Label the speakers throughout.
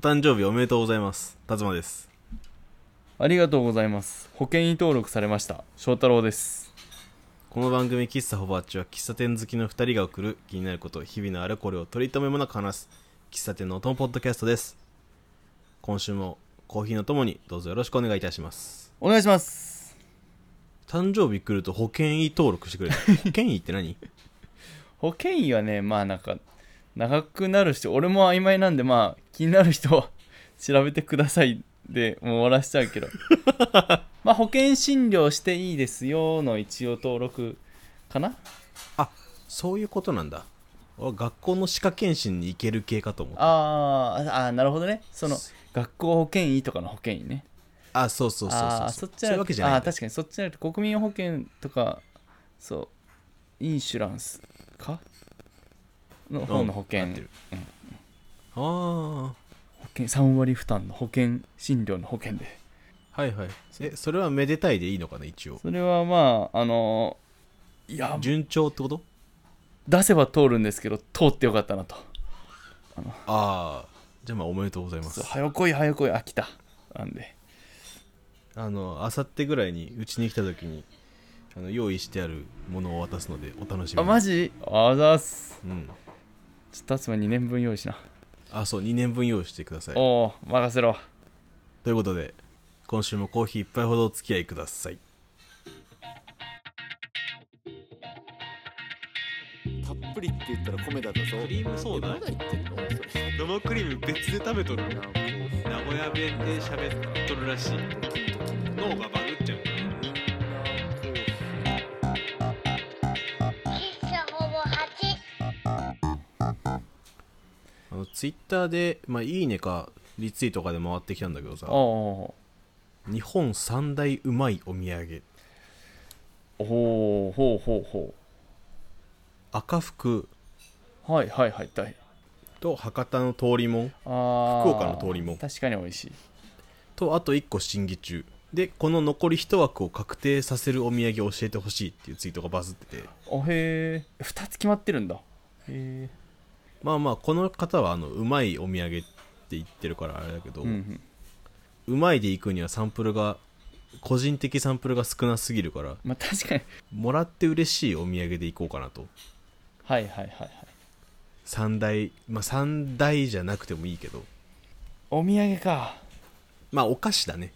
Speaker 1: 誕生日おめでとうございます辰馬です
Speaker 2: ありがとうございます。保険に登録されました。翔太郎です。
Speaker 1: この番組「喫茶ホバッチ」は喫茶店好きの2人が送る気になること日々のあれこれを取り留めもなく話す喫茶店のお供ポッドキャストです今週もコーヒーのともにどうぞよろしくお願いいたします
Speaker 2: お願いします。
Speaker 1: 誕生日来ると保険医登録して くれる保険医って何
Speaker 2: 保険医はね、まあなんか、長くなる人、俺も曖昧なんで、まあ気になる人は 調べてくださいでもう終わらしちゃうけ ど。まあ保険診療していいですよの一応登録かな
Speaker 1: あそういうことなんだ俺は学校の歯科検診に行ける系かと思った
Speaker 2: あーあー、なるほどね。その学校保険医とかの保険医ね。
Speaker 1: あそうそうそう
Speaker 2: あ
Speaker 1: そ
Speaker 2: あ
Speaker 1: う
Speaker 2: ーそっち
Speaker 1: そういうわけじゃ
Speaker 2: あ
Speaker 1: ない
Speaker 2: ー確かにそっちじゃなくて国民保険とかそうインシュランスかの方の保険、
Speaker 1: うん合ってるああ
Speaker 2: 保険3割負担の保険診療の保険で
Speaker 1: はいはいえそれはめでたいでいいのかな一応
Speaker 2: それはまああのーいや
Speaker 1: 順調ってこと
Speaker 2: 出せば通るんですけど通ってよかったなと
Speaker 1: ああじゃあまあおめでとうございます
Speaker 2: そう早来い早来い飽きたなんで
Speaker 1: あのあさってぐらいにうちに来た時にあの用意してあるものを渡すのでお楽しみに
Speaker 2: あマジあざっす
Speaker 1: うん
Speaker 2: ちょっと達馬2年分用意しな、
Speaker 1: あそう2年分用意してください
Speaker 2: おお任せろ
Speaker 1: ということで今週もコーヒー一杯ほどお付き合いください
Speaker 3: たっぷりって言ったら米だったぞク
Speaker 1: リームソーダ
Speaker 3: まだ言ってんのそれ
Speaker 1: 生クリーム別で食べとる
Speaker 3: なんかこ
Speaker 1: 名古屋弁で喋っとるらしいう
Speaker 3: ドキドキ
Speaker 1: 脳がバグっちゃう
Speaker 4: 喫茶ほぼ8。
Speaker 1: あのツイッターで、まあ、いいねかリツイートかで回ってきたんだけどさ
Speaker 2: おお
Speaker 1: 日本三大うまいお土産
Speaker 2: おおほうほうほ
Speaker 1: 赤福
Speaker 2: うはいはいはい大
Speaker 1: と博多の通りもん
Speaker 2: 福
Speaker 1: 福岡の通りも
Speaker 2: 確かに美味しい
Speaker 1: とあと1個審議中でこの残り1枠を確定させるお土産教えてほしいっていうツイートがバズってて
Speaker 2: おへえ2つ決まってるんだへえ
Speaker 1: まあまあこの方はあのうまいお土産って言ってるからあれだけど、
Speaker 2: うんうん
Speaker 1: うまいで行くにはサンプルが個人的サンプルが少なすぎるから
Speaker 2: まあ確かに
Speaker 1: もらって嬉しいお土産で行こうかなと
Speaker 2: はいはいはいはい
Speaker 1: 三大まあ三大じゃなくてもいいけど
Speaker 2: お土産か
Speaker 1: まあお菓子だね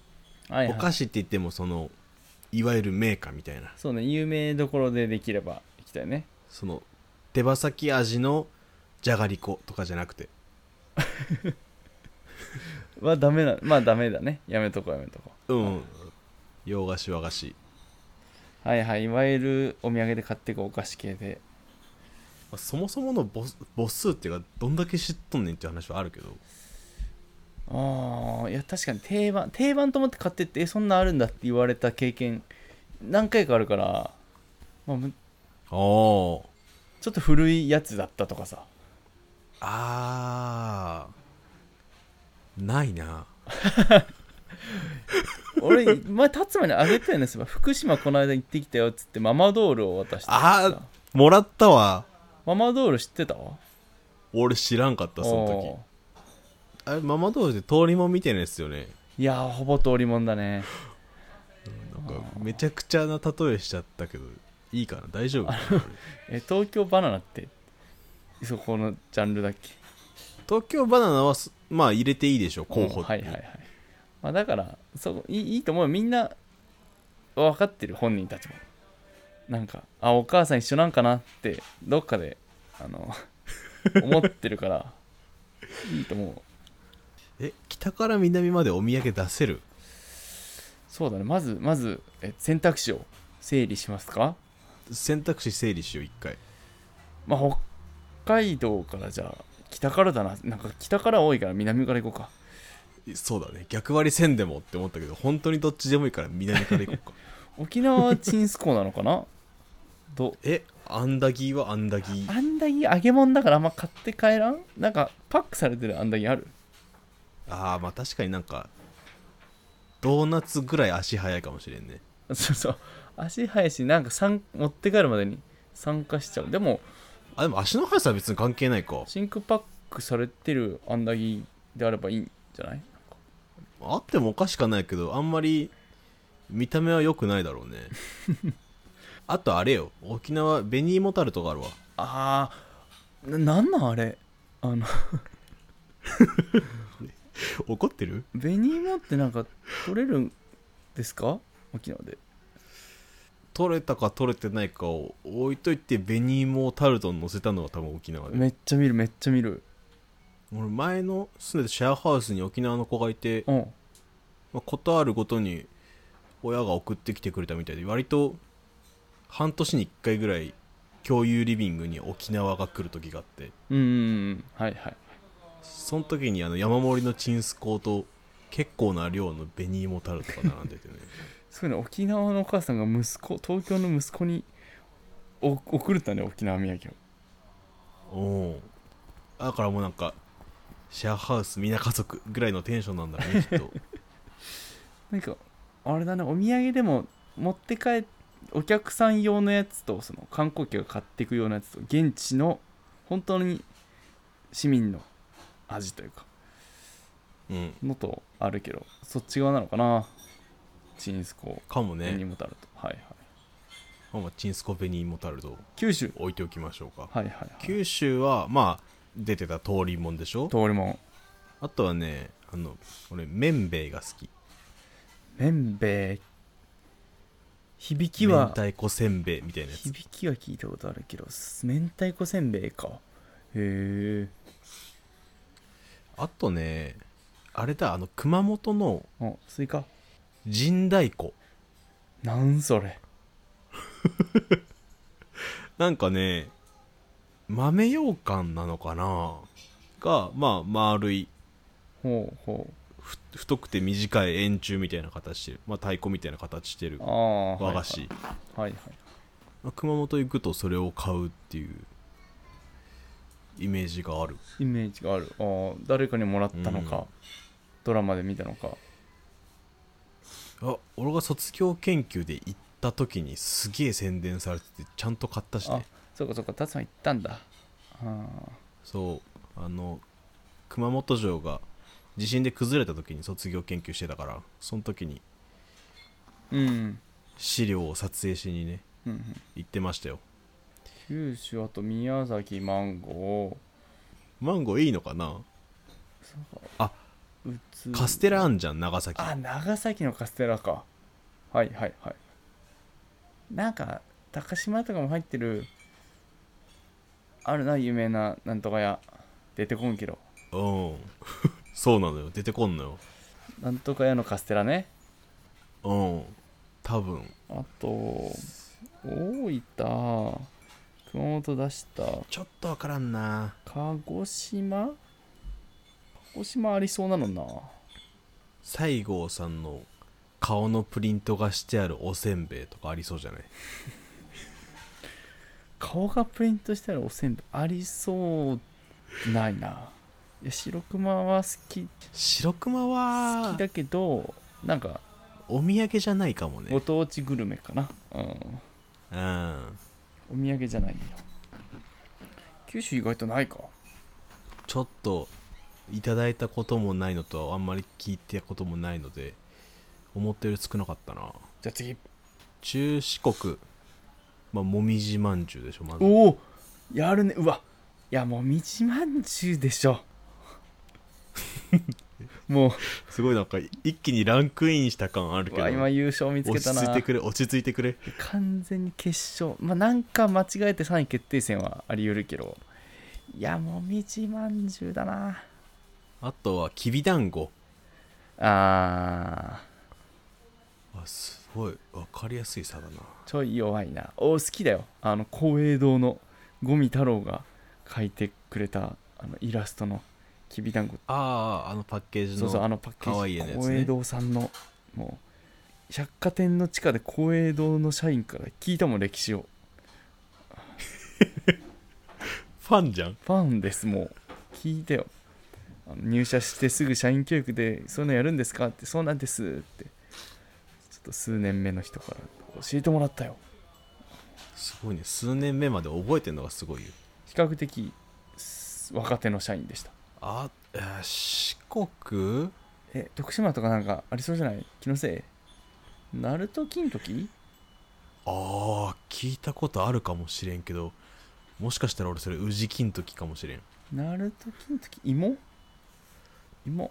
Speaker 2: はい
Speaker 1: お
Speaker 2: はい
Speaker 1: 菓子って言ってもそのいわゆるメーカーみたいな
Speaker 2: そうね有名どころでできれば行きたいね
Speaker 1: その手羽先味のじゃがりことかじゃなくて
Speaker 2: はダメなまあダメだねやめとこうやめとこ
Speaker 1: うん洋菓子和菓子、ま
Speaker 2: うはいはいいわゆるお土産で買っていくお菓子系で
Speaker 1: あそもそもの母数母数っていうかどんだけ知っとんねんっていう話はあるけど
Speaker 2: ああいや確かに定番定番と思って買ってってえそんなあるんだって言われた経験何回かあるから、まあ、む
Speaker 1: あ
Speaker 2: ちょっと古いやつだったとかさ
Speaker 1: あーないな
Speaker 2: 俺前達馬にあげたよねそういえば福島この間行ってきたよっつってママドールを渡して
Speaker 1: あーもらったわ
Speaker 2: ママドール知ってた
Speaker 1: 俺知らんかったその
Speaker 2: お
Speaker 1: 時あれママ同士で通りもんみたいなやつですよね
Speaker 2: ーいやーほぼ通りもんだね
Speaker 1: なんかめちゃくちゃな例えしちゃったけどいいかな大丈夫かなこれ
Speaker 2: え東京バナナってそこのジャンルだっけ
Speaker 1: 東京バナナはすまあ入れていいでしょ候補
Speaker 2: う
Speaker 1: って
Speaker 2: んはいはいはい、まあ、だからそういいいいと思うよみんな分かってる本人たちもなんかあお母さん一緒なんかなってどっかで あの思ってるからいいと思う
Speaker 1: え北から南までお土産出せる
Speaker 2: そうだねまずまずえ選択肢を整理しますか
Speaker 1: 選択肢整理しよう一回
Speaker 2: まあ、北海道からじゃあ北からだななんか北から多いから南から行こうか
Speaker 1: そうだね逆割りせんでもって思ったけど本当にどっちでもいいから南から行こ うか
Speaker 2: 沖縄はチンスコーなのかな ど
Speaker 1: えアンダギーはアンダギー
Speaker 2: あんだぎ揚げ物だからあんま買って帰らんなんかパックされてるあんだぎある
Speaker 1: あーまあ確かになんかドーナツぐらい足早いかもしれんね
Speaker 2: そうそう足早いしなんかさん持って帰るまでに参加しちゃうでも
Speaker 1: あでも足の速さは別に関係ないか
Speaker 2: 真空パックされてるあんだぎであればいいじゃない
Speaker 1: あってもおかしくないけどあんまり見た目は良くないだろうね あとあれよ沖縄紅芋タルトがあるわ
Speaker 2: あーななんなんあれあの
Speaker 1: 怒ってる
Speaker 2: 紅芋ってなんか取れるんですか沖縄で
Speaker 1: 取れたか取れてないかを置いといて紅芋をタルトに乗せたのは多分沖縄で
Speaker 2: めっちゃ見るめっちゃ見る
Speaker 1: 俺前の住んでたシェアハウスに沖縄の子がいて、
Speaker 2: うん
Speaker 1: まあ、ことあるごとに親が送ってきてくれたみたいで割と半年に1回ぐらい共有リビングに沖縄が来る時があって
Speaker 2: うんうんうんはいはい
Speaker 1: その時にあの山盛りのチンスコーと結構な量の紅芋タルトが並んでてね
Speaker 2: すごいね沖縄のお母さんが息子東京の息子にお送るんだね沖縄土産を
Speaker 1: おおだからもうなんかシェアハウスみんな家族ぐらいのテンションなんだろうねきっと
Speaker 2: なんかあれだねお土産でも持って帰っお客さん用のやつとその観光客が買っていくようなやつと現地の本当に市民の味というか
Speaker 1: うん
Speaker 2: のとあるけどそっち側なのかなチンスコ
Speaker 1: かも
Speaker 2: 紅
Speaker 1: ね
Speaker 2: 芋タルトはいはい
Speaker 1: まあまあチンスコ紅芋タルトを
Speaker 2: 九州
Speaker 1: 置いておきましょうか
Speaker 2: はいはいはい
Speaker 1: 九州はまあ出てた通りもんでしょ
Speaker 2: 通りもん
Speaker 1: あとはねあの俺めんべいが好き
Speaker 2: めんべい響き
Speaker 1: 明
Speaker 2: は
Speaker 1: 太子せんべいみたいなやつ
Speaker 2: 響きは聞いたことあるけど明太子せんべいかへえ
Speaker 1: あとねあれだあの熊本の
Speaker 2: あスイカ
Speaker 1: 神代湖
Speaker 2: なんそれ
Speaker 1: なんかね豆羊羹なのかながまあ丸い
Speaker 2: ほうほう
Speaker 1: ふ太くて短い円柱みたいな形してる、まあ、太鼓みたいな形してる
Speaker 2: ああ
Speaker 1: 和菓子、
Speaker 2: はいはい、はい
Speaker 1: まあ熊本行くとそれを買うっていうイメージがある
Speaker 2: イメージがあるあー誰かにもらったのか、
Speaker 1: うん
Speaker 2: ドラマで見たのか
Speaker 1: あ俺が卒業研究で行った時にすげえ宣伝されててちゃんと買ったし
Speaker 2: あ
Speaker 1: ね
Speaker 2: そうかそうか達さん行ったんだあー
Speaker 1: そうあの熊本城が地震で崩れた時に卒業研究してたからその時に
Speaker 2: うん
Speaker 1: 資料を撮影しにね
Speaker 2: うんうん
Speaker 1: 行ってましたよ
Speaker 2: 九州あと宮崎マンゴ
Speaker 1: マンゴーいいのかな
Speaker 2: ーうつ
Speaker 1: カステラあんじゃん長崎
Speaker 2: あ長崎のカステラかはいはいはいなんか高島屋とかも入ってるあるな有名ななんとか屋出てこんけど
Speaker 1: うん そうなのよ出てこんのよ
Speaker 2: なんとか屋のカステラね
Speaker 1: うん多分
Speaker 2: あと大分熊本出した
Speaker 1: ちょっとわからんな
Speaker 2: 鹿児島鹿児島ありそうなのな
Speaker 1: 西郷さんの顔のプリントがしてあるおせんべいとかありそうじゃない
Speaker 2: 顔がプリントしたらおせんべいありそうないないや白熊は好き
Speaker 1: 白熊
Speaker 2: 好
Speaker 1: は
Speaker 2: きだけどなんか
Speaker 1: お土産じゃないかもね
Speaker 2: ご当地グルメかな、うん
Speaker 1: うん
Speaker 2: お土産じゃないんだよ九州意外とないか
Speaker 1: ちょっといただいたこともないのとあんまり聞いたこともないので思ったより少なかったな
Speaker 2: じゃあ次
Speaker 1: 中四国まあもみじまんじゅうでしょまず
Speaker 2: おおやるねうわいやもうみじまんじゅうでしょ も
Speaker 1: すごいなんか一気にランクインした感あるけ
Speaker 2: ううわ
Speaker 1: ど
Speaker 2: 今優勝見つけ
Speaker 1: 落
Speaker 2: た
Speaker 1: ち
Speaker 2: な
Speaker 1: 着いてくれ落ち着いてくれ
Speaker 2: 完全に決勝まあなんか間違えて3位決定戦はあり得るけどいやもみじまんじゅうだな
Speaker 1: あとはきびだんご
Speaker 2: あ
Speaker 1: あすごい分かりやすい差だな
Speaker 2: ーちょい弱いなお好きだよあの光栄堂の五味太郎が描いてくれたあのイラストのきびだんご
Speaker 1: あーあのパッケージの
Speaker 2: そうそうあのパッケ
Speaker 1: 可
Speaker 2: ー
Speaker 1: 愛い
Speaker 2: ジ
Speaker 1: 絵のやつね
Speaker 2: 光栄堂さんのもう百貨店の地下で光栄堂の社員から聞いたもん歴史を
Speaker 1: ファンじゃん
Speaker 2: ファンですもう聞いてよあの入社してすぐ社員教育でそういうのやるんですかってそうなんですってちょっと数年目の人から教えてもらったよ
Speaker 1: すごいね数年目まで覚えてるのがすごいよ
Speaker 2: 比較的す若手の社員でした
Speaker 1: あ、えー四国
Speaker 2: え徳島とかなんかありそうじゃない気のせい鳴門金時
Speaker 1: ああ聞いたことあるかもしれんけどもしかしたら俺それ宇治金時かもしれん
Speaker 2: 鳴門金時芋芋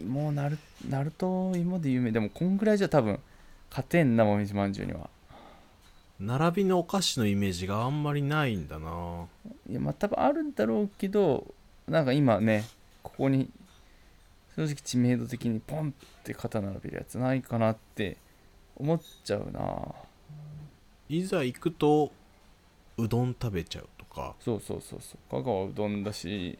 Speaker 2: 芋鳴鳴門芋で有名でもこんぐらいじゃ多分勝てんなもみじまんじゅうには
Speaker 1: 並びのお菓子のイメージがあんまりないんだない
Speaker 2: やまあ多分あるんだろうけどなんか今ねここに正直知名度的にポンって肩並べるやつないかなって思っちゃうない
Speaker 1: ざ行くとうどん食べちゃうとか
Speaker 2: そうそうそうそう香川うどんだし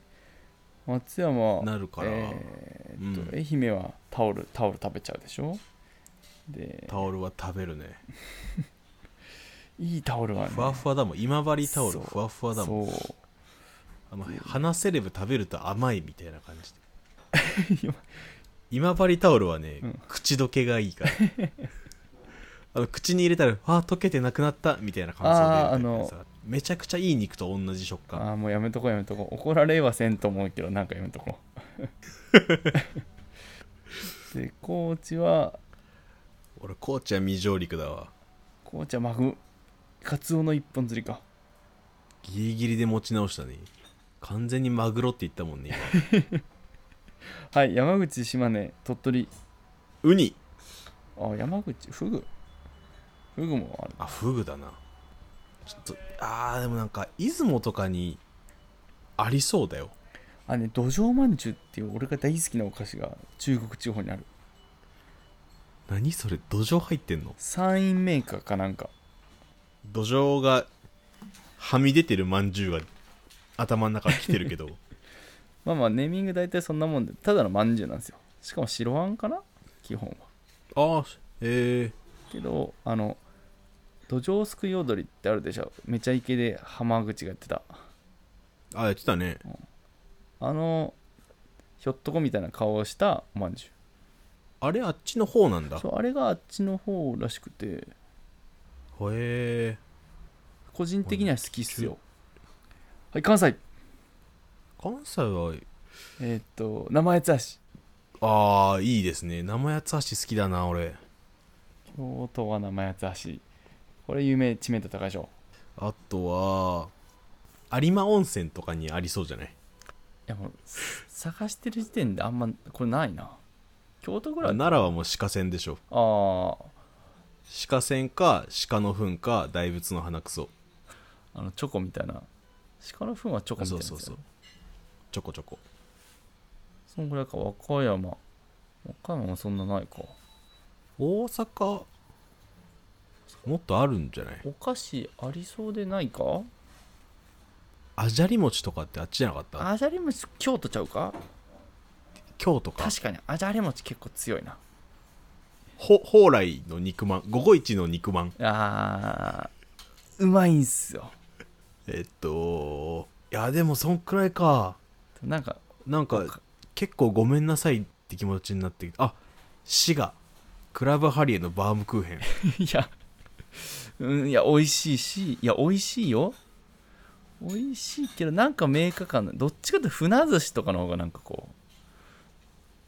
Speaker 2: 松山
Speaker 1: なるから、
Speaker 2: えーっと
Speaker 1: うん
Speaker 2: 愛媛はタオルタオル食べちゃうでしょで
Speaker 1: タオルは食べるね
Speaker 2: いいタオルはね
Speaker 1: ふわふわだもん今治タオ
Speaker 2: そ
Speaker 1: ル
Speaker 2: う
Speaker 1: ふわふわだもん
Speaker 2: そう
Speaker 1: あの花セレブ食べると甘いみたいな感じで
Speaker 2: 今
Speaker 1: 今治タオルはね、
Speaker 2: うん
Speaker 1: 口どけがいい からあの口に入れたら「あー溶けてなくなった」みたいな感
Speaker 2: あーあ
Speaker 1: 想で
Speaker 2: の
Speaker 1: さめちゃくちゃいい肉と同じ食感
Speaker 2: ああもうやめとこうやめとこう怒られはせんと思うけどなんかやめ とこうで高知は
Speaker 1: 俺高知は未上陸だわ
Speaker 2: 高知はマグカツオの一本釣りか
Speaker 1: ギリギリで持ち直したね完全にマグロって言ったもんね
Speaker 2: はい山口島根鳥取
Speaker 1: 今ウニ
Speaker 2: あ山口フグフグもある
Speaker 1: あフグだなちょっとあーでもなんか出雲とかにありそうだよ
Speaker 2: あね土壌まんじゅうっていう俺が大好きなお菓子が中国地方にある
Speaker 1: 何それ土壌入ってんの
Speaker 2: 山陰メーカーかなんか
Speaker 1: 土壌がはみ出てるまんじゅうが頭の中に来てるけど
Speaker 2: まあまあネーミング大体そんなもんでただのまんじゅうなんですよしかも白あんかな基本は
Speaker 1: ああえ
Speaker 2: けどあの土壌すくい踊りってあるでしょめちゃイケで浜口がやってた
Speaker 1: ー、あやってたね
Speaker 2: あのひょっとこみたいな顔をしたおまんじゅう
Speaker 1: あれあっちの方なんだへ
Speaker 2: そうあれがあっちの方らしくて
Speaker 1: え
Speaker 2: 個人的には好きっすよはい関西
Speaker 1: 関西は
Speaker 2: えーっと生八つ橋
Speaker 1: ああいいですね生八つ橋好きだな俺
Speaker 2: 京都は生八つ橋これ有名知名度高いでしょ
Speaker 1: あとは有馬温泉とかにありそうじゃない
Speaker 2: いやもう探してる時点であんまこれないな京都ぐらいあ
Speaker 1: 奈良はもう鹿船でしょ
Speaker 2: あー
Speaker 1: 鹿船か鹿の糞か大仏の花くそ
Speaker 2: あのチョコみたいな鹿の糞はチョコみたい
Speaker 1: そう
Speaker 2: なやつ
Speaker 1: そうそう
Speaker 2: やね
Speaker 1: ちょこちょこ
Speaker 2: そんぐらいか和歌山和歌山もそんなないか
Speaker 1: 大阪もっとあるんじゃない
Speaker 2: お菓子ありそうでないか
Speaker 1: あじゃり餅とかってあっちじゃなかった
Speaker 2: あじゃれ餅京都ちゃうか
Speaker 1: 京都か
Speaker 2: 確かにあじゃれ餅結構強いな
Speaker 1: ほ蓬莱の肉まん午後一の肉まん
Speaker 2: あーうまいんすよ
Speaker 1: えっといやでもそんくらいか
Speaker 2: なんか
Speaker 1: なんか結構ごめんなさいって気持ちになってきたあ滋賀クラブハリエのバームクーヘン
Speaker 2: いや、うん、いや、美味しいし、いや、美味しいよ。美味しいけど、なんかメーカー感ない、どっちかというと船寿司とかの方がなんかこ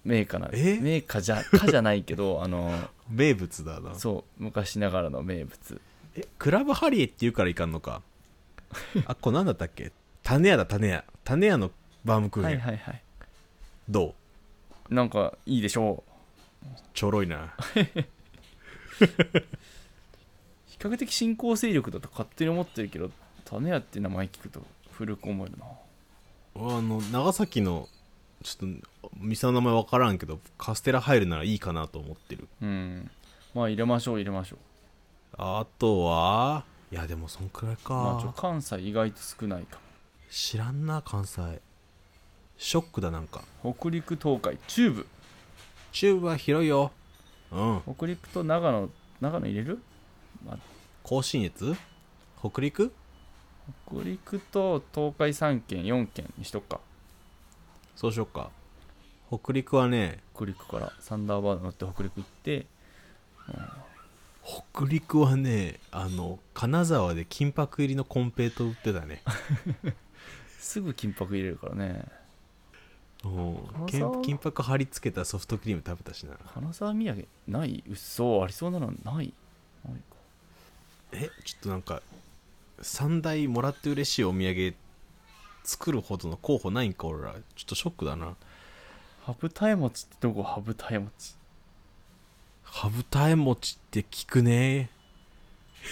Speaker 2: う、メーカーなんで
Speaker 1: え
Speaker 2: す。メーカーじゃ、かじゃないけど、あの、
Speaker 1: 名物だな
Speaker 2: そう、昔ながらの名物。
Speaker 1: えクラブハリエって言うからいかんのかあこれなんだったっけ種屋だ種屋種屋のバームクーヘ
Speaker 2: は
Speaker 1: ン、
Speaker 2: いはいはい。
Speaker 1: どう
Speaker 2: なんかいいでしょう。
Speaker 1: ちょろいな
Speaker 2: 比較的新興勢力だと勝手に思ってるけど、種屋って名前聞くと古く思えるな。
Speaker 1: あの長崎のちょっと店の名前分からんけどカステラ入るならいいかなと思ってる
Speaker 2: うん。まあ入れましょう入れましょう。
Speaker 1: あとはいやでもそんくらいか、
Speaker 2: まあちょ関西意外と少ないかも。
Speaker 1: 知らんな関西ショックだなんか
Speaker 2: 北陸東海中部。
Speaker 1: 中部は広いようん
Speaker 2: 北陸と長野長野入れる
Speaker 1: 甲信越北陸
Speaker 2: 北陸と東海3県4県にしとくか
Speaker 1: そうしよっか北陸はね
Speaker 2: 北陸からサンダーバード乗って北陸行って
Speaker 1: 北陸はねあの金沢で金 箔入りのコンペイト売ってたね
Speaker 2: すぐ金箔入れるからね
Speaker 1: うん
Speaker 2: 金沢
Speaker 1: 金箔貼り付けたソフトクリーム食べたしな
Speaker 2: 金沢土産ない嘘ありそうなのないないか
Speaker 1: えちょっとなんか三大もらって嬉しいお土産作るほどの候補ないんか俺らちょっとショックだな
Speaker 2: 羽二重餅ってどこ羽二重餅
Speaker 1: 羽二重餅って聞くね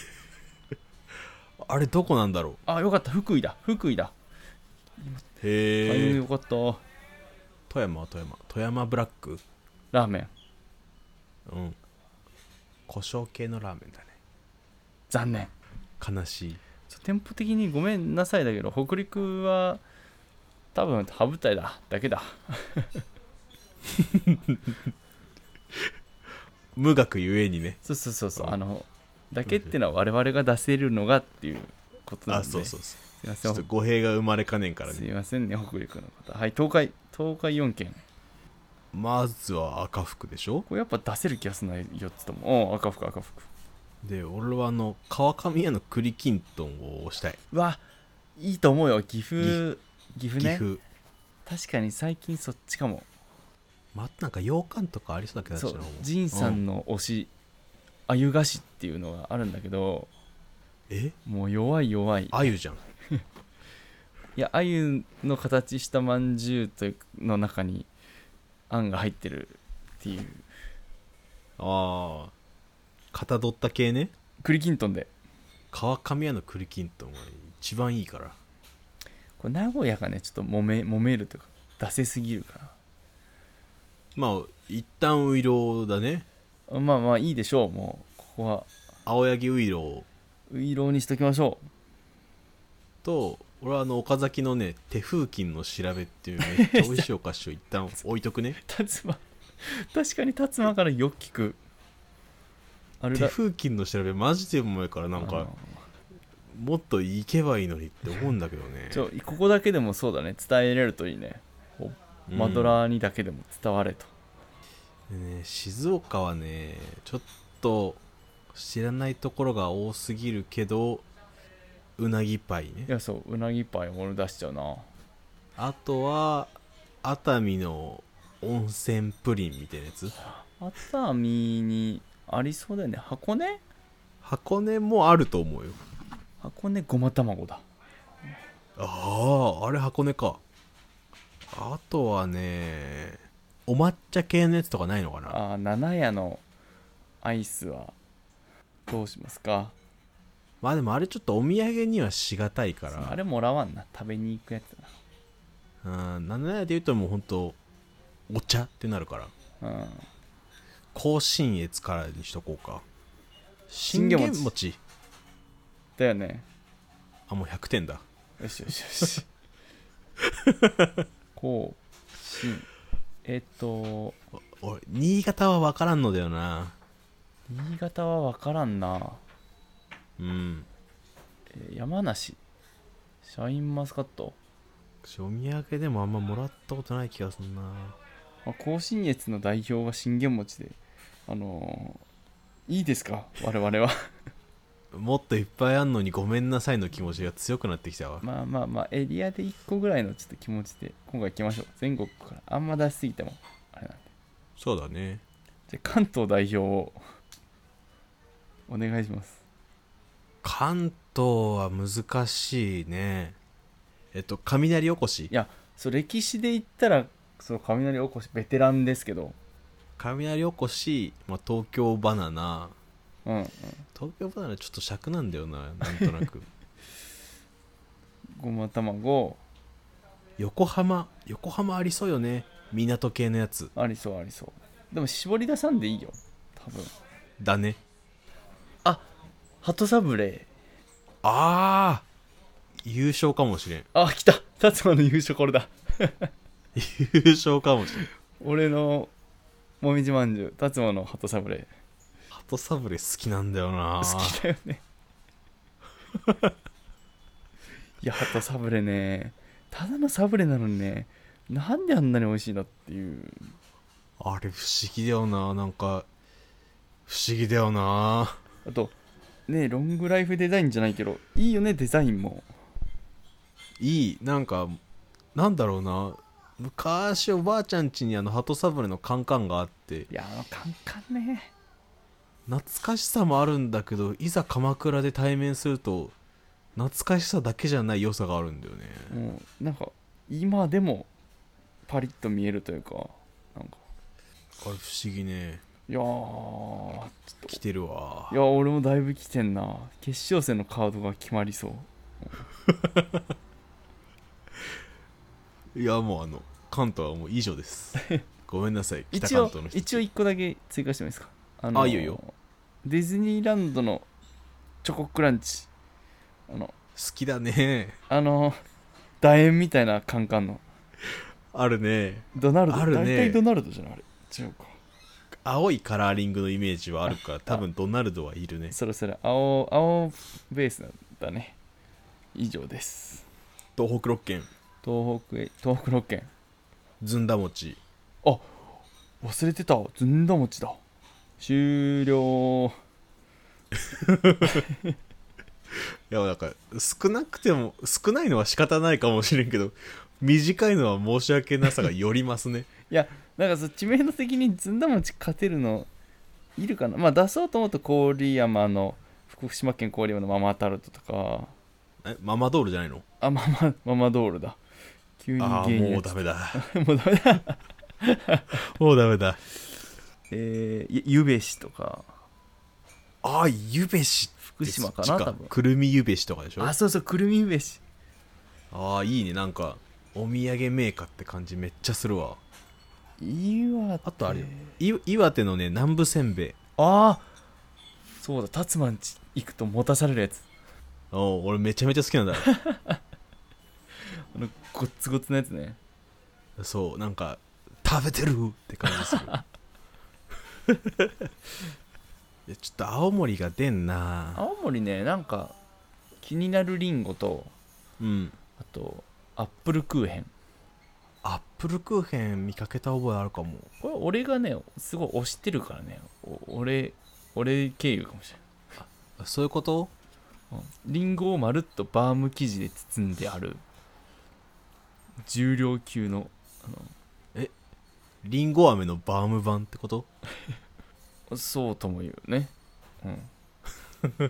Speaker 1: あれどこなんだろ
Speaker 2: あよかった福井だ福井だ
Speaker 1: う
Speaker 2: タイミン
Speaker 1: へ
Speaker 2: グ
Speaker 1: え
Speaker 2: よかった
Speaker 1: 富山は富山富山ブラック
Speaker 2: ラーメン
Speaker 1: うん胡椒系のラーメンだね
Speaker 2: 残念
Speaker 1: 悲しい
Speaker 2: ちょ店舗的にごめんなさいだけど北陸は多分羽舞台だだけだ
Speaker 1: 無学ゆえにね
Speaker 2: そうそうそうそう
Speaker 1: うん
Speaker 2: あのだけってのは我々が出せるのがっていうことなん
Speaker 1: あ
Speaker 2: で
Speaker 1: そうそうそう
Speaker 2: すいま
Speaker 1: ち
Speaker 2: せ
Speaker 1: ょ
Speaker 2: ん
Speaker 1: っと語弊が生まれかねんから
Speaker 2: す
Speaker 1: ね
Speaker 2: いませんね北陸の方はい東海東海4県
Speaker 1: まずは赤服でしょ
Speaker 2: これやっぱ出せる気がするな4つともうん赤服赤服
Speaker 1: で俺はあの川上屋の栗きんとんを推したいう
Speaker 2: わいいと思うよ岐阜岐阜
Speaker 1: 岐
Speaker 2: ね
Speaker 1: 阜、
Speaker 2: 確かに最近そっちかも
Speaker 1: まあ、なんか洋館とかありそうだけど
Speaker 2: そう
Speaker 1: なもう
Speaker 2: 仁さ
Speaker 1: うん
Speaker 2: の推しあゆ菓子っていうのがあるんだけど
Speaker 1: え
Speaker 2: もう弱い弱い
Speaker 1: あゆじゃん
Speaker 2: いや鮎の形したまんじゅうというの中にあんが入ってるっていう
Speaker 1: ああかたどった系ね
Speaker 2: 栗きんとんで
Speaker 1: 川上屋の栗きんとんが一番いいから
Speaker 2: これ名古屋がねちょっと揉め揉めるというか出せすぎるか
Speaker 1: まあ一旦ういろうだね
Speaker 2: らまあまあいいでしょうもうここは
Speaker 1: 青柳ういろう
Speaker 2: ういろうにし ときましょ
Speaker 1: と俺はあの岡崎のね手風琴の調べっていうめっちゃ美味しいお菓子を一 旦置いとくね
Speaker 2: う達馬確かに達馬からよく聞くあれ
Speaker 1: 手
Speaker 2: だ
Speaker 1: 風琴の調べマジでうまいからなん
Speaker 2: あ
Speaker 1: か
Speaker 2: の
Speaker 1: もっといけばいいのにって思うんだけどね
Speaker 2: ちょここだけでもそうだね伝えれるといいね
Speaker 1: うん
Speaker 2: マドラーにだけでも伝われと、
Speaker 1: でね静岡はねちょっと知らないところが多すぎるけどうなぎパイ
Speaker 2: い
Speaker 1: ね
Speaker 2: やそううなぎパイ俺出しちゃうな
Speaker 1: あとは熱海の温泉プリンみたいなやつ
Speaker 2: 熱海にありそうだよね箱根
Speaker 1: 箱根もあると思うよ
Speaker 2: 箱根ごま卵だ
Speaker 1: あああれ箱根かあとはねお抹茶系のやつとかないのかな
Speaker 2: ああ七屋のアイスはどうしますか
Speaker 1: まあでもあれちょっとお土産にはしがたいか
Speaker 2: あ
Speaker 1: ら
Speaker 2: れもらわんな食べに行くやつだ
Speaker 1: うんなんだかんだで言うともうほんとお茶ってなるから
Speaker 2: なうん
Speaker 1: 甲信越からにしとこうか信
Speaker 2: 信玄
Speaker 1: 玄
Speaker 2: 餅
Speaker 1: 餅
Speaker 2: だよね
Speaker 1: あもう100点だ
Speaker 2: よしよしよしこうしんえっ、と
Speaker 1: おい新潟は分からんのだよな
Speaker 2: 新潟はわからんな、
Speaker 1: うん
Speaker 2: えー山梨シャインマスカット
Speaker 1: 私お土産でもあんまもらったことない気がするな
Speaker 2: まあ、甲信越の代表が信玄餅であのーいいですか我々は
Speaker 1: もっといっぱいあんのにごめんなさいの気持ちが強くなってきたわ
Speaker 2: まあまあまあエリアで1個ぐらいのちょっと気持ちで今回行きましょう全国からあんま出しすぎてもあれなんで
Speaker 1: そうだね
Speaker 2: じゃあ関東代表をお願いします
Speaker 1: 関東は難しいねえっと雷おこし
Speaker 2: いやそう歴史で言ったらその雷おこしベテランですけど
Speaker 1: 雷おこし、まあ、東京バナナ
Speaker 2: うん、うん、
Speaker 1: 東京バナナちょっと尺なんだよななんとなく
Speaker 2: ごま卵
Speaker 1: 横浜横浜ありそうよね港系のやつ
Speaker 2: ありそうありそうでも絞り出さんでいいよ多分
Speaker 1: だね
Speaker 2: 鳩サブレー
Speaker 1: ああ優勝かもしれん
Speaker 2: あ来た達馬の優勝これだ
Speaker 1: 優勝かもしれん
Speaker 2: 俺のもみじまんじゅう達馬の鳩サブレ
Speaker 1: 鳩サブレ好きなんだよな
Speaker 2: 好きだよね いや鳩サブレねただのサブレなのにねなんであんなに美味しいんだっていう
Speaker 1: あれ不思議だよななんか不思議だよな
Speaker 2: あとねロングライフデザインじゃないけどいいよねデザインも
Speaker 1: いいなんかなんだろうな昔おばあちゃん家にあの鳩サブレーのカンカンがあって
Speaker 2: いやあのカンカンね
Speaker 1: 懐かしさもあるんだけどいざ鎌倉で対面すると懐かしさだけじゃない良さがあるんだよね
Speaker 2: もうなんか今でもパリッと見えるというかなんか
Speaker 1: あれ不思議ね
Speaker 2: いやーちょっと
Speaker 1: 来てるわ
Speaker 2: いや俺もだいぶ来てんな決勝戦のカードが決まりそう
Speaker 1: いやもうあの関東はもう以上です ごめんなさい北
Speaker 2: 一
Speaker 1: 関
Speaker 2: 応
Speaker 1: 東の人
Speaker 2: 一応1個だけ追加してもいいですかあの
Speaker 1: あいいよいいよ
Speaker 2: ディズニーランドのチョコクランチあの
Speaker 1: 好きだね
Speaker 2: あの楕円みたいなカンカンの
Speaker 1: あるね
Speaker 2: ドナルド
Speaker 1: あるね
Speaker 2: 大体ドナルドじゃないあれ違うか
Speaker 1: 青いカラーリングのイメージはあるから多分ドナルドはいるね
Speaker 2: それそれ青青ベースなんだね以上です
Speaker 1: 東北6県
Speaker 2: 東北へ東北6県
Speaker 1: ずんだ餅
Speaker 2: 忘れてたずんだ餅だ終了
Speaker 1: いやなんか少なくても少ないのは仕方ないかもしれんけど短いのは申し訳なさがよります ね
Speaker 2: いやなんかその知名度的にずんだ餅勝てるのいるかなまあ出そうと思うと郡山の福島県郡山のママタルトとか
Speaker 1: えママドールじゃないの
Speaker 2: あママママドールだ急に
Speaker 1: ああ
Speaker 2: 芸人
Speaker 1: もう
Speaker 2: だ
Speaker 1: ダメだ
Speaker 2: もうダメだ
Speaker 1: もうダメ だ
Speaker 2: えー、ゆゆべしとか
Speaker 1: ああゆべし
Speaker 2: 福島か
Speaker 1: そっ
Speaker 2: な
Speaker 1: ち
Speaker 2: 多分
Speaker 1: くるみゆべしとかでしょ
Speaker 2: あそうそうくるみゆべし
Speaker 1: ああいいねなんかお土産メーカーって感じめっちゃするわ
Speaker 2: 岩手
Speaker 1: あとあれよい岩手のね南部せんべい
Speaker 2: ああそうだ達馬んち行くと持たされるやつ
Speaker 1: おう俺めちゃめちゃ好きなんだ
Speaker 2: あのごっつごつのやつね
Speaker 1: そうなんか食べてるって感じするいやちょっと青森が出んな
Speaker 2: 青森ねなんか気になるりんごと
Speaker 1: うん
Speaker 2: あとアップルクーヘン
Speaker 1: アップルクーヘン見かけた覚えあるかも
Speaker 2: これ俺がねすごい推してるからねお俺俺経由かもしれ
Speaker 1: あそういうこと
Speaker 2: ないうんリンゴをまるっとバーム生地で包んである重量級の
Speaker 1: リンゴ飴のバーム版ってこと
Speaker 2: そうとも言うねうん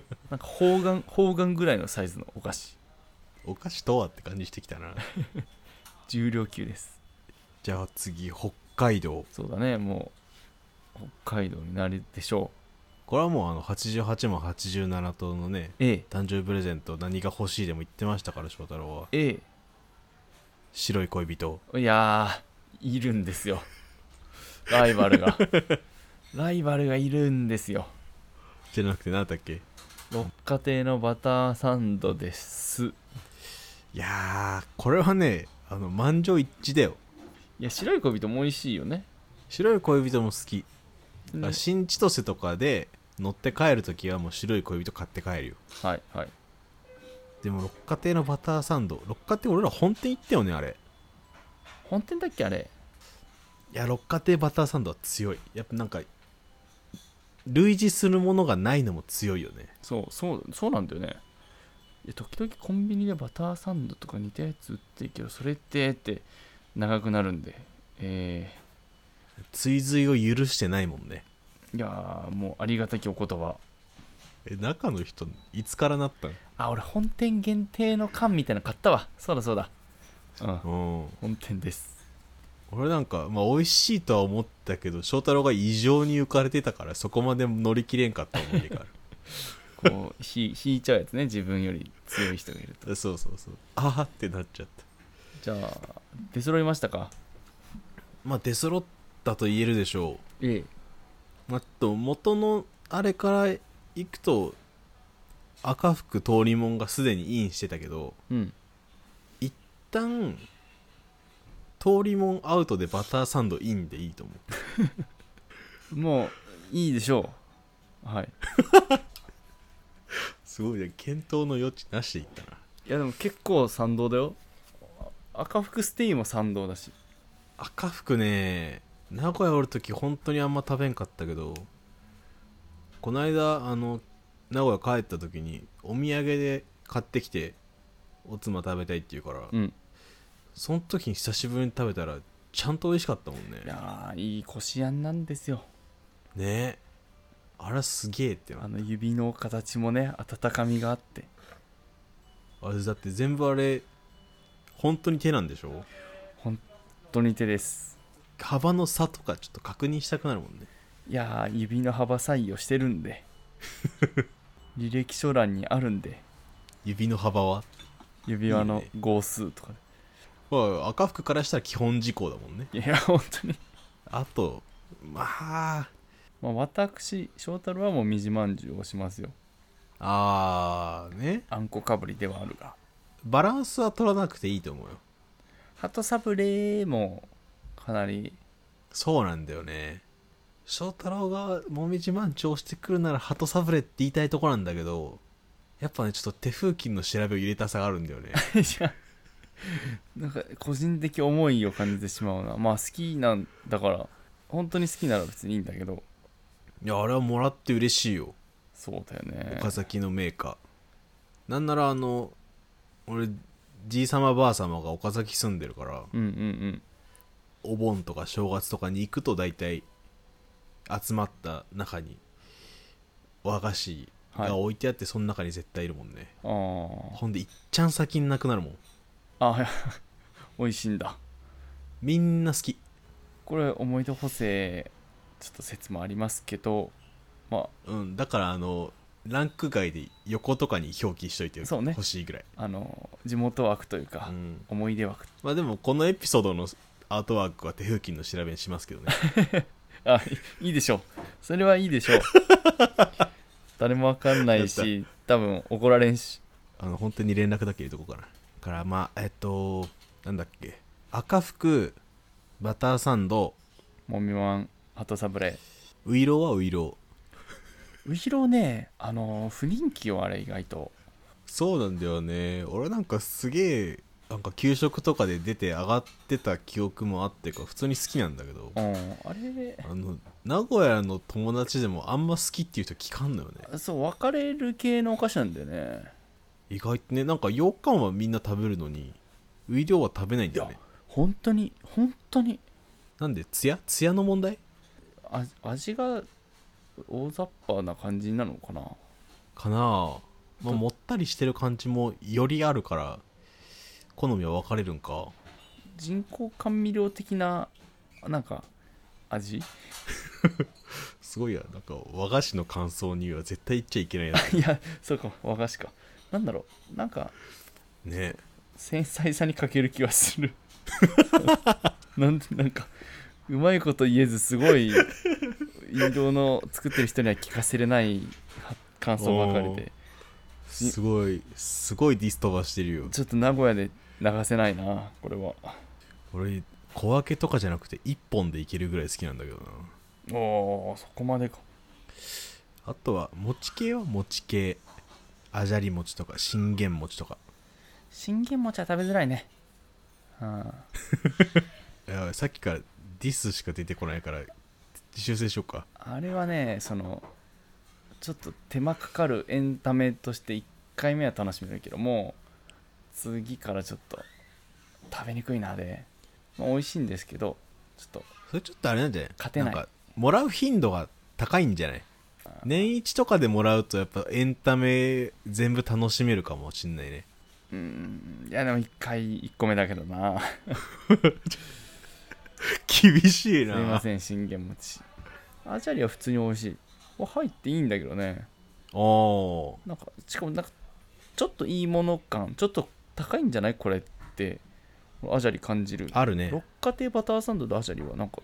Speaker 2: なんか方眼方眼ぐらいのサイズのお菓子
Speaker 1: お菓子とはって感じしてきたな
Speaker 2: 重量級です
Speaker 1: じゃあ次北海道
Speaker 2: そうだねもう北海道になるでしょ
Speaker 1: これはもうあの88も87とのね
Speaker 2: う A
Speaker 1: 誕生日プレゼント何が欲しいでも言ってましたから翔太郎は
Speaker 2: A
Speaker 1: 白い恋人
Speaker 2: いやーいるんですよライバルがライバルがいるんですよ
Speaker 1: じゃなくて何だっけ
Speaker 2: 六花亭のバターサンドですい
Speaker 1: いやーこれはねあの満場一致だよ
Speaker 2: や白い恋人も美味しいよね
Speaker 1: 白い恋人も好き、
Speaker 2: ね
Speaker 1: あ新千歳とかで乗って帰るときはもう白い恋人買って帰るよ
Speaker 2: はいはい
Speaker 1: でも六花亭のバターサンド六花亭俺ら本店行ったよねあれ
Speaker 2: 本店だっけあれ
Speaker 1: いや六花亭バターサンドは強いやっぱなんか類似するものがないのも強いよね
Speaker 2: そうそうそうなんだよねいや時々コンビニでバターサンドとか似たやつ売ってるけどそれってって長くなるんでえ
Speaker 1: 追随を許してないもんね
Speaker 2: ー、いやーもうありがたきお言葉
Speaker 1: え中の人いつからなった
Speaker 2: あ俺本店限定の缶みたいなの買ったわそうだそうだうん
Speaker 1: の
Speaker 2: 本店です
Speaker 1: うん俺なんかまあ美味しいとは思ったけど翔太郎が異常に浮かれてたからそこまで乗り切れんかった思い出があ
Speaker 2: こう ひ引いちゃうやつね自分より強い人がいる と
Speaker 1: るそうそうそうああってなっちゃった
Speaker 2: じゃあ出揃いましたか
Speaker 1: まあ出揃ったと言えるでしょう
Speaker 2: ええ
Speaker 1: まあ、と元のあれから行くと赤福通りもんがすでにインしてたけど
Speaker 2: うん
Speaker 1: 一旦通りもんアウトでバターサンドインでいいと思う
Speaker 2: もういいでしょうはい
Speaker 1: すごいね検討の余地なしでいったない
Speaker 2: やでも結構賛同だよあ赤福ステイも賛同だし
Speaker 1: 赤福ね名古屋おる時本当にあんま食べんかったけどこの間あの名古屋帰った時にお土産で買ってきておつま食べたいって言うから、
Speaker 2: うん
Speaker 1: その時に久しぶりに食べたらちゃんと美味しかったもんね
Speaker 2: いやーいいこしあんなんですよ
Speaker 1: ねあらすげえってな
Speaker 2: あの指の形もね温かみがあって
Speaker 1: あれだって全部あれ本当に手なんでしょ
Speaker 2: 本当に手です
Speaker 1: 幅の差とかちょっと確認したくなるもんね
Speaker 2: いやー指の幅採用してる んで履歴書欄にあるんで
Speaker 1: 指の幅は
Speaker 2: 指輪の
Speaker 1: いいね
Speaker 2: 号数とか
Speaker 1: まあ赤服からしたら基本事項だもんね
Speaker 2: いや本当に、
Speaker 1: あとまあ
Speaker 2: まあ、私翔太郎はもうみじまんじゅうをしますよ
Speaker 1: あーね
Speaker 2: あんこかぶりではあるが
Speaker 1: バランスは取らなくていいと思うよ
Speaker 2: 鳩サブレーもかなり
Speaker 1: そうなんだよね翔太郎がもみじまんちをしてくるなら鳩サブレって言いたいとこなんだけどやっぱねちょっと手風琴の調べを入れたさがあるんだよね
Speaker 2: いや なんか個人的思いを感じてしまうなまあ好きなんだから本当に好きなら別にいいんだけど
Speaker 1: いやあれはもらって嬉しいよ
Speaker 2: そうだよね
Speaker 1: 岡崎のメーカーなんならあの俺じいさまばあさまが岡崎住んでるから
Speaker 2: うんうんうん
Speaker 1: お盆とか正月とかに行くと大体集まった中に和菓子が置いてあってその中に絶対いるもんね、
Speaker 2: あ
Speaker 1: ほんでいっちゃん先になくなるもん
Speaker 2: ああいや 美味しいんだ
Speaker 1: みんな好き
Speaker 2: これ思い出補正ちょっと説もありますけどま
Speaker 1: うんだからあのランク外で横とかに表記しといて
Speaker 2: そうね
Speaker 1: ほしいぐらい、
Speaker 2: ああの地元枠というか、
Speaker 1: うん
Speaker 2: 思い出枠
Speaker 1: まあでもこのエピソードのアートワークは手風琴の調べにしますけどね
Speaker 2: あ いいでしょうそれはいいでしょう誰もわかんないし多分怒られんし
Speaker 1: あの本当に連絡だけ入れとこうかなからまあえっとなんだっけ赤服バターサンド
Speaker 2: もみまん鳩サブレー
Speaker 1: ウイローはウイロー
Speaker 2: ウヒロね、あのー不人気よ、あれ意外と。
Speaker 1: そうなんだよね俺なんかすげえなんか給食とかで出て上がってた記憶もあってか普通に好きなんだけど
Speaker 2: うん、あれ、
Speaker 1: あの名古屋の友達でもあんま好きっていう人聞かんのよね
Speaker 2: そう、別れる系のお菓子なんだよね。
Speaker 1: 意外とねなんか羊羹はみんな食べるのにウイローは食べないんだよね
Speaker 2: 本当に、本当に、
Speaker 1: なんでツヤツヤの問題
Speaker 2: あ味が大雑把な感じなのかな。
Speaker 1: かなあ、まあ、もったりしてる感じもよりあるから好みは分かれるんか
Speaker 2: 人工甘味料的な、なんか、味
Speaker 1: すごいやなんか和菓子の感想には絶対言っちゃいけないやつ
Speaker 2: いや、そうか、和菓子か。なんだろう、なんか、
Speaker 1: ね
Speaker 2: 繊細さに欠ける気はする なんでなんかうまいこと言えずすごい色の作ってる人には聞かせれないは感想ばかりで
Speaker 1: すごいすごいディストバしてるよ
Speaker 2: ちょっと名古屋で流せないなこれは
Speaker 1: 俺小分けとかじゃなくて1本でいけるぐらい好きなんだけどな
Speaker 2: おーそこまでか
Speaker 1: あとは餅系は餅系あじゃり餅とか信玄餅とか
Speaker 2: 信玄餅は食べづらいねうん
Speaker 1: いやさっきからディスしか出てこないから修正しようか
Speaker 2: あれはねそのちょっと手間かかるエンタメとして1回目は楽しめるけどもう次からちょっと食べにくいなで、まあ、美味しいんですけどちょっと
Speaker 1: それちょっとあれなんじゃない
Speaker 2: 勝てない
Speaker 1: んかもらう頻度が高いんじゃない年一とかでもらうとやっぱエンタメ全部楽しめるかもしんない ね
Speaker 2: うーんいやでも1回1個目だけどな
Speaker 1: 厳しい
Speaker 2: すい
Speaker 1: な
Speaker 2: ません信玄餅アジャリは普通に美味しいこれ入っていいんだけどね
Speaker 1: おー
Speaker 2: なんかしかもなんかちょっといいもの感ちょっと高いんじゃないこれってアジャリ感じる
Speaker 1: あるね
Speaker 2: 六花亭バターサンドとアジャリはなんか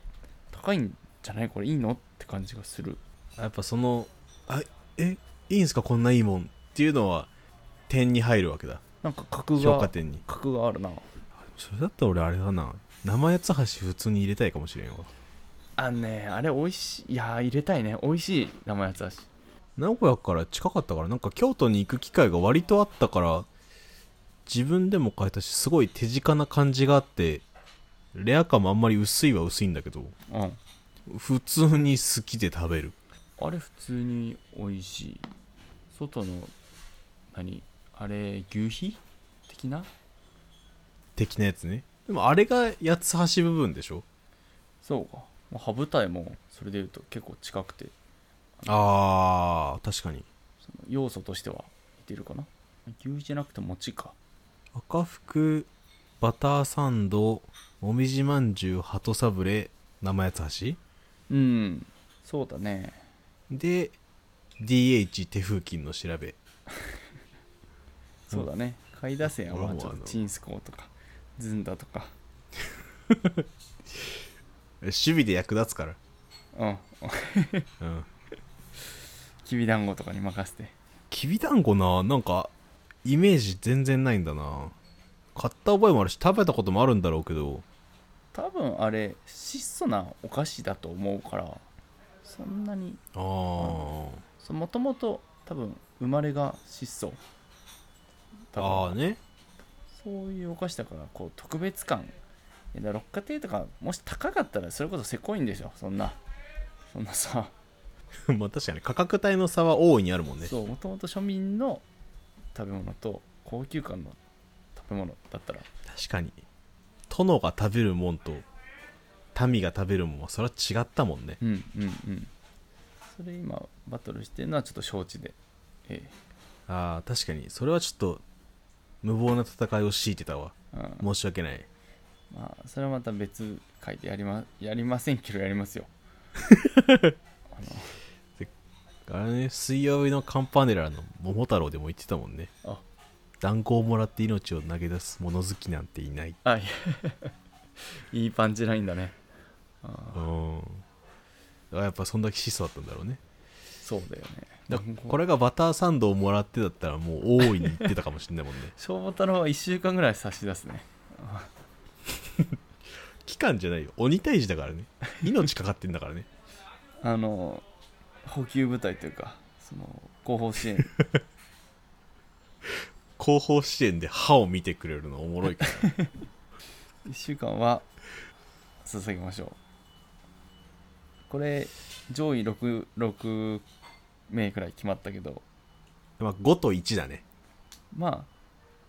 Speaker 2: 高いんじゃないこれいいのって感じがする
Speaker 1: やっぱそのあえいいんすかこんないいもんっていうのは点に入るわけだ
Speaker 2: なんか格
Speaker 1: 評価
Speaker 2: が
Speaker 1: 点に
Speaker 2: 格があるな
Speaker 1: それだったら俺あれだな生八つ橋普通に入れたいかもしれんわ
Speaker 2: あのねあれ美味しいいやー入れたいね美味しい生やつだし
Speaker 1: 名古屋から近かったからなんか京都に行く機会が割とあったから自分でも買えたしすごい手近な感じがあってレア感もあんまり薄いは薄いんだけど
Speaker 2: うん
Speaker 1: 普通に好きで食べる
Speaker 2: あれ普通に美味しい外の何あれ牛皮的な
Speaker 1: 的なやつねでもあれが八つ橋部分でしょ
Speaker 2: そうか、まあ、羽舞台もそれでいうと結構近くて
Speaker 1: ああ確かに
Speaker 2: 要素としては似てるかな牛じゃなくて餅か
Speaker 1: 赤福バターサンドもみじまんじゅう鳩サブレ生八つ橋
Speaker 2: うんそうだね
Speaker 1: で DH 手風琴の調べ
Speaker 2: そうだね下位打線はまあ
Speaker 1: これ
Speaker 2: ち
Speaker 1: は
Speaker 2: ょ
Speaker 1: もう
Speaker 2: っとチンスコーとかズンダとか
Speaker 1: 守備で役立つから
Speaker 2: うん
Speaker 1: うん
Speaker 2: きびだんごとかに任せて
Speaker 1: きびだんごななんかイメージ全然ないんだな買った覚えもあるし食べたこともあるんだろうけど
Speaker 2: 多分あれ質素なお菓子だと思うからそんなに
Speaker 1: ああ
Speaker 2: もともと多分生まれが質素だから
Speaker 1: ああね
Speaker 2: そういうお菓子だからこう特別感いやだから六花亭とかもし高かったらそれこそせこいんでしょそんなそんなさ、
Speaker 1: まあ確かに価格帯の差は大いにあるもんね
Speaker 2: そうもともと庶民の食べ物と高級感の食べ物だったら
Speaker 1: 確かに殿が食べるもんと民が食べるもんはそれは違ったもんね
Speaker 2: うんうんうんそれ今バトルしてるのはちょっと承知で、え
Speaker 1: ああ確かにそれはちょっと無謀な戦いを強いてたわ
Speaker 2: えうん
Speaker 1: 申し訳ない
Speaker 2: まあそれはまた別回でやりまやりませんけどやりますよ
Speaker 1: あれね水曜日のカンパネラの桃太郎でも言ってたもんね
Speaker 2: あ
Speaker 1: 断交をもらって命を投げ出す物好きなんていない
Speaker 2: あいや いいパンチラインだね
Speaker 1: うんあやっぱそんだけ質素だったんだろうね
Speaker 2: そうだよ
Speaker 1: だ
Speaker 2: ね
Speaker 1: こ
Speaker 2: れ
Speaker 1: れがバターサンドをもらってだったらもう大いに言ってたかもしれないもんね
Speaker 2: 翔太郎は1週間ぐらい差し出すね
Speaker 1: 期間じゃないよ鬼退治だからね命かかってんだからね
Speaker 2: あの補給部隊というかその後方支 援
Speaker 1: 後方支援で歯を見てくれるのおもろいから
Speaker 2: 1週間は捧げましょうこれ上位 6, 6名くらい決まったけど
Speaker 1: まあ5と1だね
Speaker 2: まあ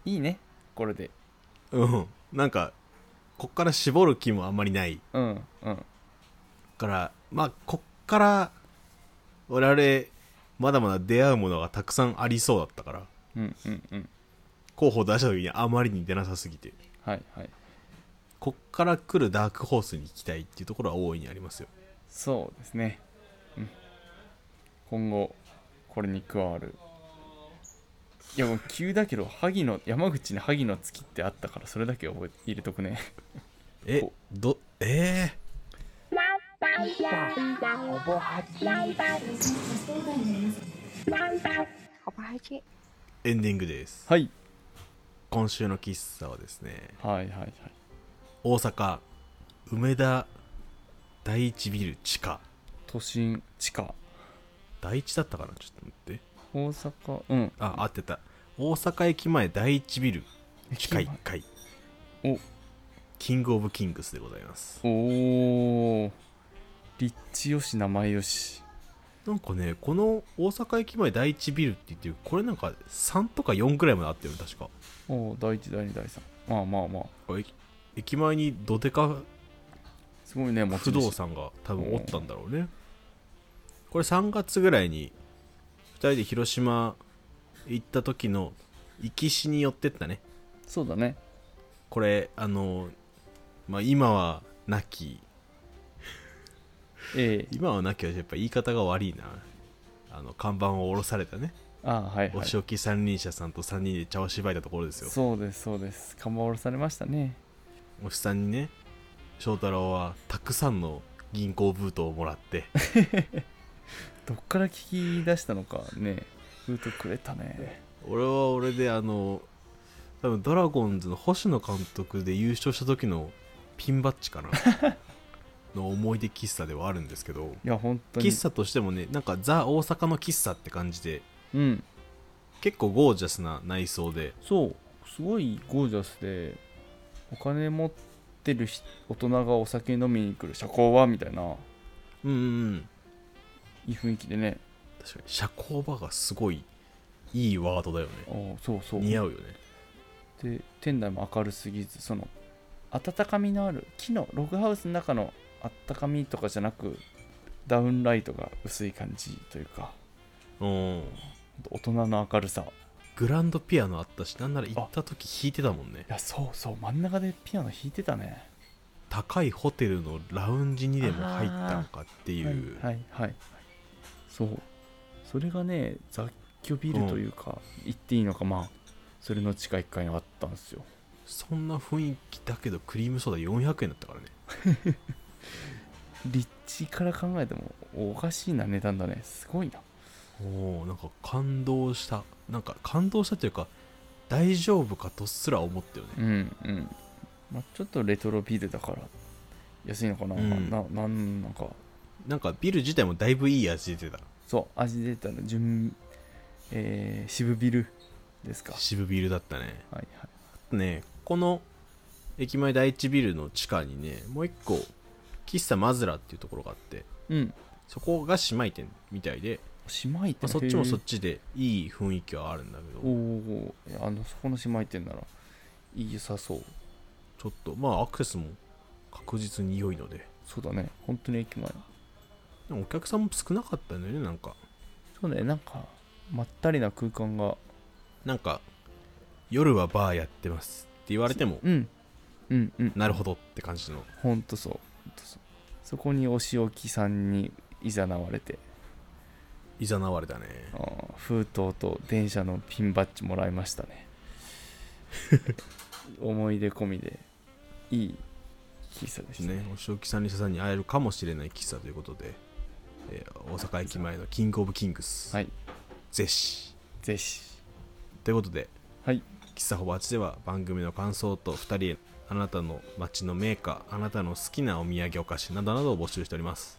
Speaker 2: いいねこれで
Speaker 1: うんなんかこっから絞る気もあんまりない
Speaker 2: うんうん
Speaker 1: からまあこっから我々まだまだ出会うものがたくさんありそうだったから
Speaker 2: うんうんうん
Speaker 1: 候補出した時にあまりに出なさすぎて
Speaker 2: はいはい
Speaker 1: こっから来るダークホースに行きたいっていうところは大いにありますよ
Speaker 2: そうですね、うん、今後これに加わるいやもう急だけど萩の山口に萩の月ってあったからそれだけ覚え入れとくね
Speaker 1: え
Speaker 2: こ
Speaker 1: どええエンディングです
Speaker 2: はい
Speaker 1: 今週の喫茶はですね
Speaker 2: はいはいはい
Speaker 1: 大阪梅田第一ビル地下
Speaker 2: 都心地下
Speaker 1: 第一だったかなちょっと待って
Speaker 2: 大阪うん
Speaker 1: あ合ってた大阪駅前第一ビル地下1階
Speaker 2: お
Speaker 1: キングオブキングスでございます
Speaker 2: おお立地よし名前よし
Speaker 1: なんかねこの大阪駅前第一ビルって言ってるこれなんか3とか4くらいまであったよね確か
Speaker 2: おお第一第二第三まあまあまあ
Speaker 1: あ駅駅前にどでか
Speaker 2: すごいね持
Speaker 1: 不
Speaker 2: ち主
Speaker 1: 動産が多分おったんだろうねこれ3月ぐらいに2人で広島行った時の行きしに寄ってったね
Speaker 2: そうだね
Speaker 1: これあのまあ今は亡き
Speaker 2: ええ
Speaker 1: 今はなきゃやっぱ言い方が悪いなあの看板を下ろされたね、
Speaker 2: ああはいは
Speaker 1: お
Speaker 2: い
Speaker 1: 仕置き三輪車さんと3人で茶をしばいたところですよ
Speaker 2: そうですそうです看板下ろされましたね
Speaker 1: おっさんにね翔太郎はたくさんの銀行封筒をもら って
Speaker 2: どっから聞き出したのかね封筒くれたね
Speaker 1: 俺は俺であの多分ドラゴンズの星野監督で優勝した時のピンバッジかな の思い出喫茶ではあるんですけど
Speaker 2: いや本当に
Speaker 1: 喫茶としてもねなんかザ大阪の喫茶って感じで
Speaker 2: うん
Speaker 1: 結構ゴージャスな内装で
Speaker 2: そうすごいゴージャスでお金持ってる人大人がお酒飲みに来る社交はみたいな
Speaker 1: うんうんうん
Speaker 2: いい雰囲気でね
Speaker 1: 確かに社交場がすごいいいワードだよね
Speaker 2: ああそうそう
Speaker 1: 似合うよね
Speaker 2: で店内も明るすぎずその温かみのある木のログハウスの中の温かみとかじゃなくダウンライトが薄い感じというか
Speaker 1: うん
Speaker 2: 大人の明るさ
Speaker 1: グランドピアノあったしなんなら行った時弾いてたもんね
Speaker 2: いやそうそう真ん中でピアノ弾いてたね
Speaker 1: 高いホテルのラウンジにでも入ったんかっていう、
Speaker 2: はいはいはいそうそれがね雑居ビルというか、言っていいのかまあそれの地下1階にあったんですよ
Speaker 1: そんな雰囲気だけどクリームソーダ400円だったからね
Speaker 2: 立地から考えてもおかしいな値段だねすごいな
Speaker 1: おーなんか感動したなんか感動したというか大丈夫かとっすら思ったよね
Speaker 2: うんうん、まあ、ちょっとレトロビルだから安いのかな、
Speaker 1: うん
Speaker 2: ななんなんか
Speaker 1: なんかビル自体もだいぶいい味出てた
Speaker 2: そう味出たの純えー、渋ビルですかは
Speaker 1: 渋ビルだったね
Speaker 2: いはい
Speaker 1: ねこの駅前第一ビルの地下にねもう一個喫茶マズラっていうところがあって
Speaker 2: うん
Speaker 1: そこが姉妹店みたいで、
Speaker 2: 姉妹
Speaker 1: まあ
Speaker 2: 店
Speaker 1: そっちもそっ
Speaker 2: ち
Speaker 1: ちでいい雰囲気はあるんだけ
Speaker 2: お
Speaker 1: ど
Speaker 2: おいやあのそこの姉妹店なら良さそう
Speaker 1: ちょっとまあアクセスも確実に良いので
Speaker 2: そうだね本当に駅前
Speaker 1: でもお客さんも少なかったんだよねなんか
Speaker 2: そうねなんかまったりな空間が
Speaker 1: なんか夜はバーやってますって言われても
Speaker 2: うんうんうん
Speaker 1: なるほどって感じの
Speaker 2: ほんとそうほんとそうそこにお仕置きさんにいざなわれて
Speaker 1: いざなわれだね
Speaker 2: あー封筒と電車のピンバッジもらいましたね思い出込みでいい喫茶でしたね
Speaker 1: ねお仕置きさんにさんに会えるかもしれない喫茶ということで、えー大阪駅前のキングオブキングス、
Speaker 2: はい
Speaker 1: ぜひ
Speaker 2: ぜひ
Speaker 1: ということで、
Speaker 2: はい
Speaker 1: 喫茶ほぼ8では番組の感想と2人へあなたの街のメーカーあなたの好きなお土産お菓子などなどを募集しております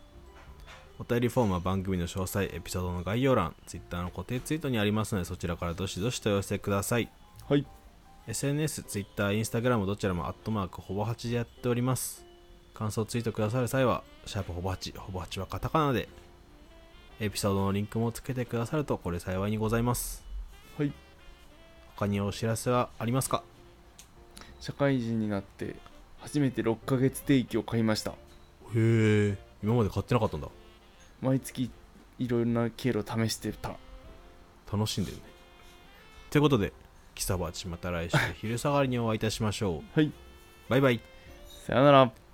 Speaker 1: お便りフォームは番組の詳細エピソードの概要欄 Twitter の固定ツイートにありますのでそちらからどしどしとお寄せください
Speaker 2: はい
Speaker 1: SNS、Twitter、Instagram どちらもアットマークほぼ8でやっております感想ツイートくださる際はシャープほぼ8ほぼ8はカタカナでエピソードのリンクもつけてくださるとこれ幸いにございます
Speaker 2: はい
Speaker 1: 他にお知らせはありますか
Speaker 2: 社会人になって初めて6ヶ月定期を買いました
Speaker 1: へえ今まで買ってなかったんだ
Speaker 2: 毎月いろいろな経路試してた
Speaker 1: 楽しんでるねということでキサバチまた来週昼下がりにお会いいたしましょう
Speaker 2: はい
Speaker 1: バイバイ
Speaker 2: さよなら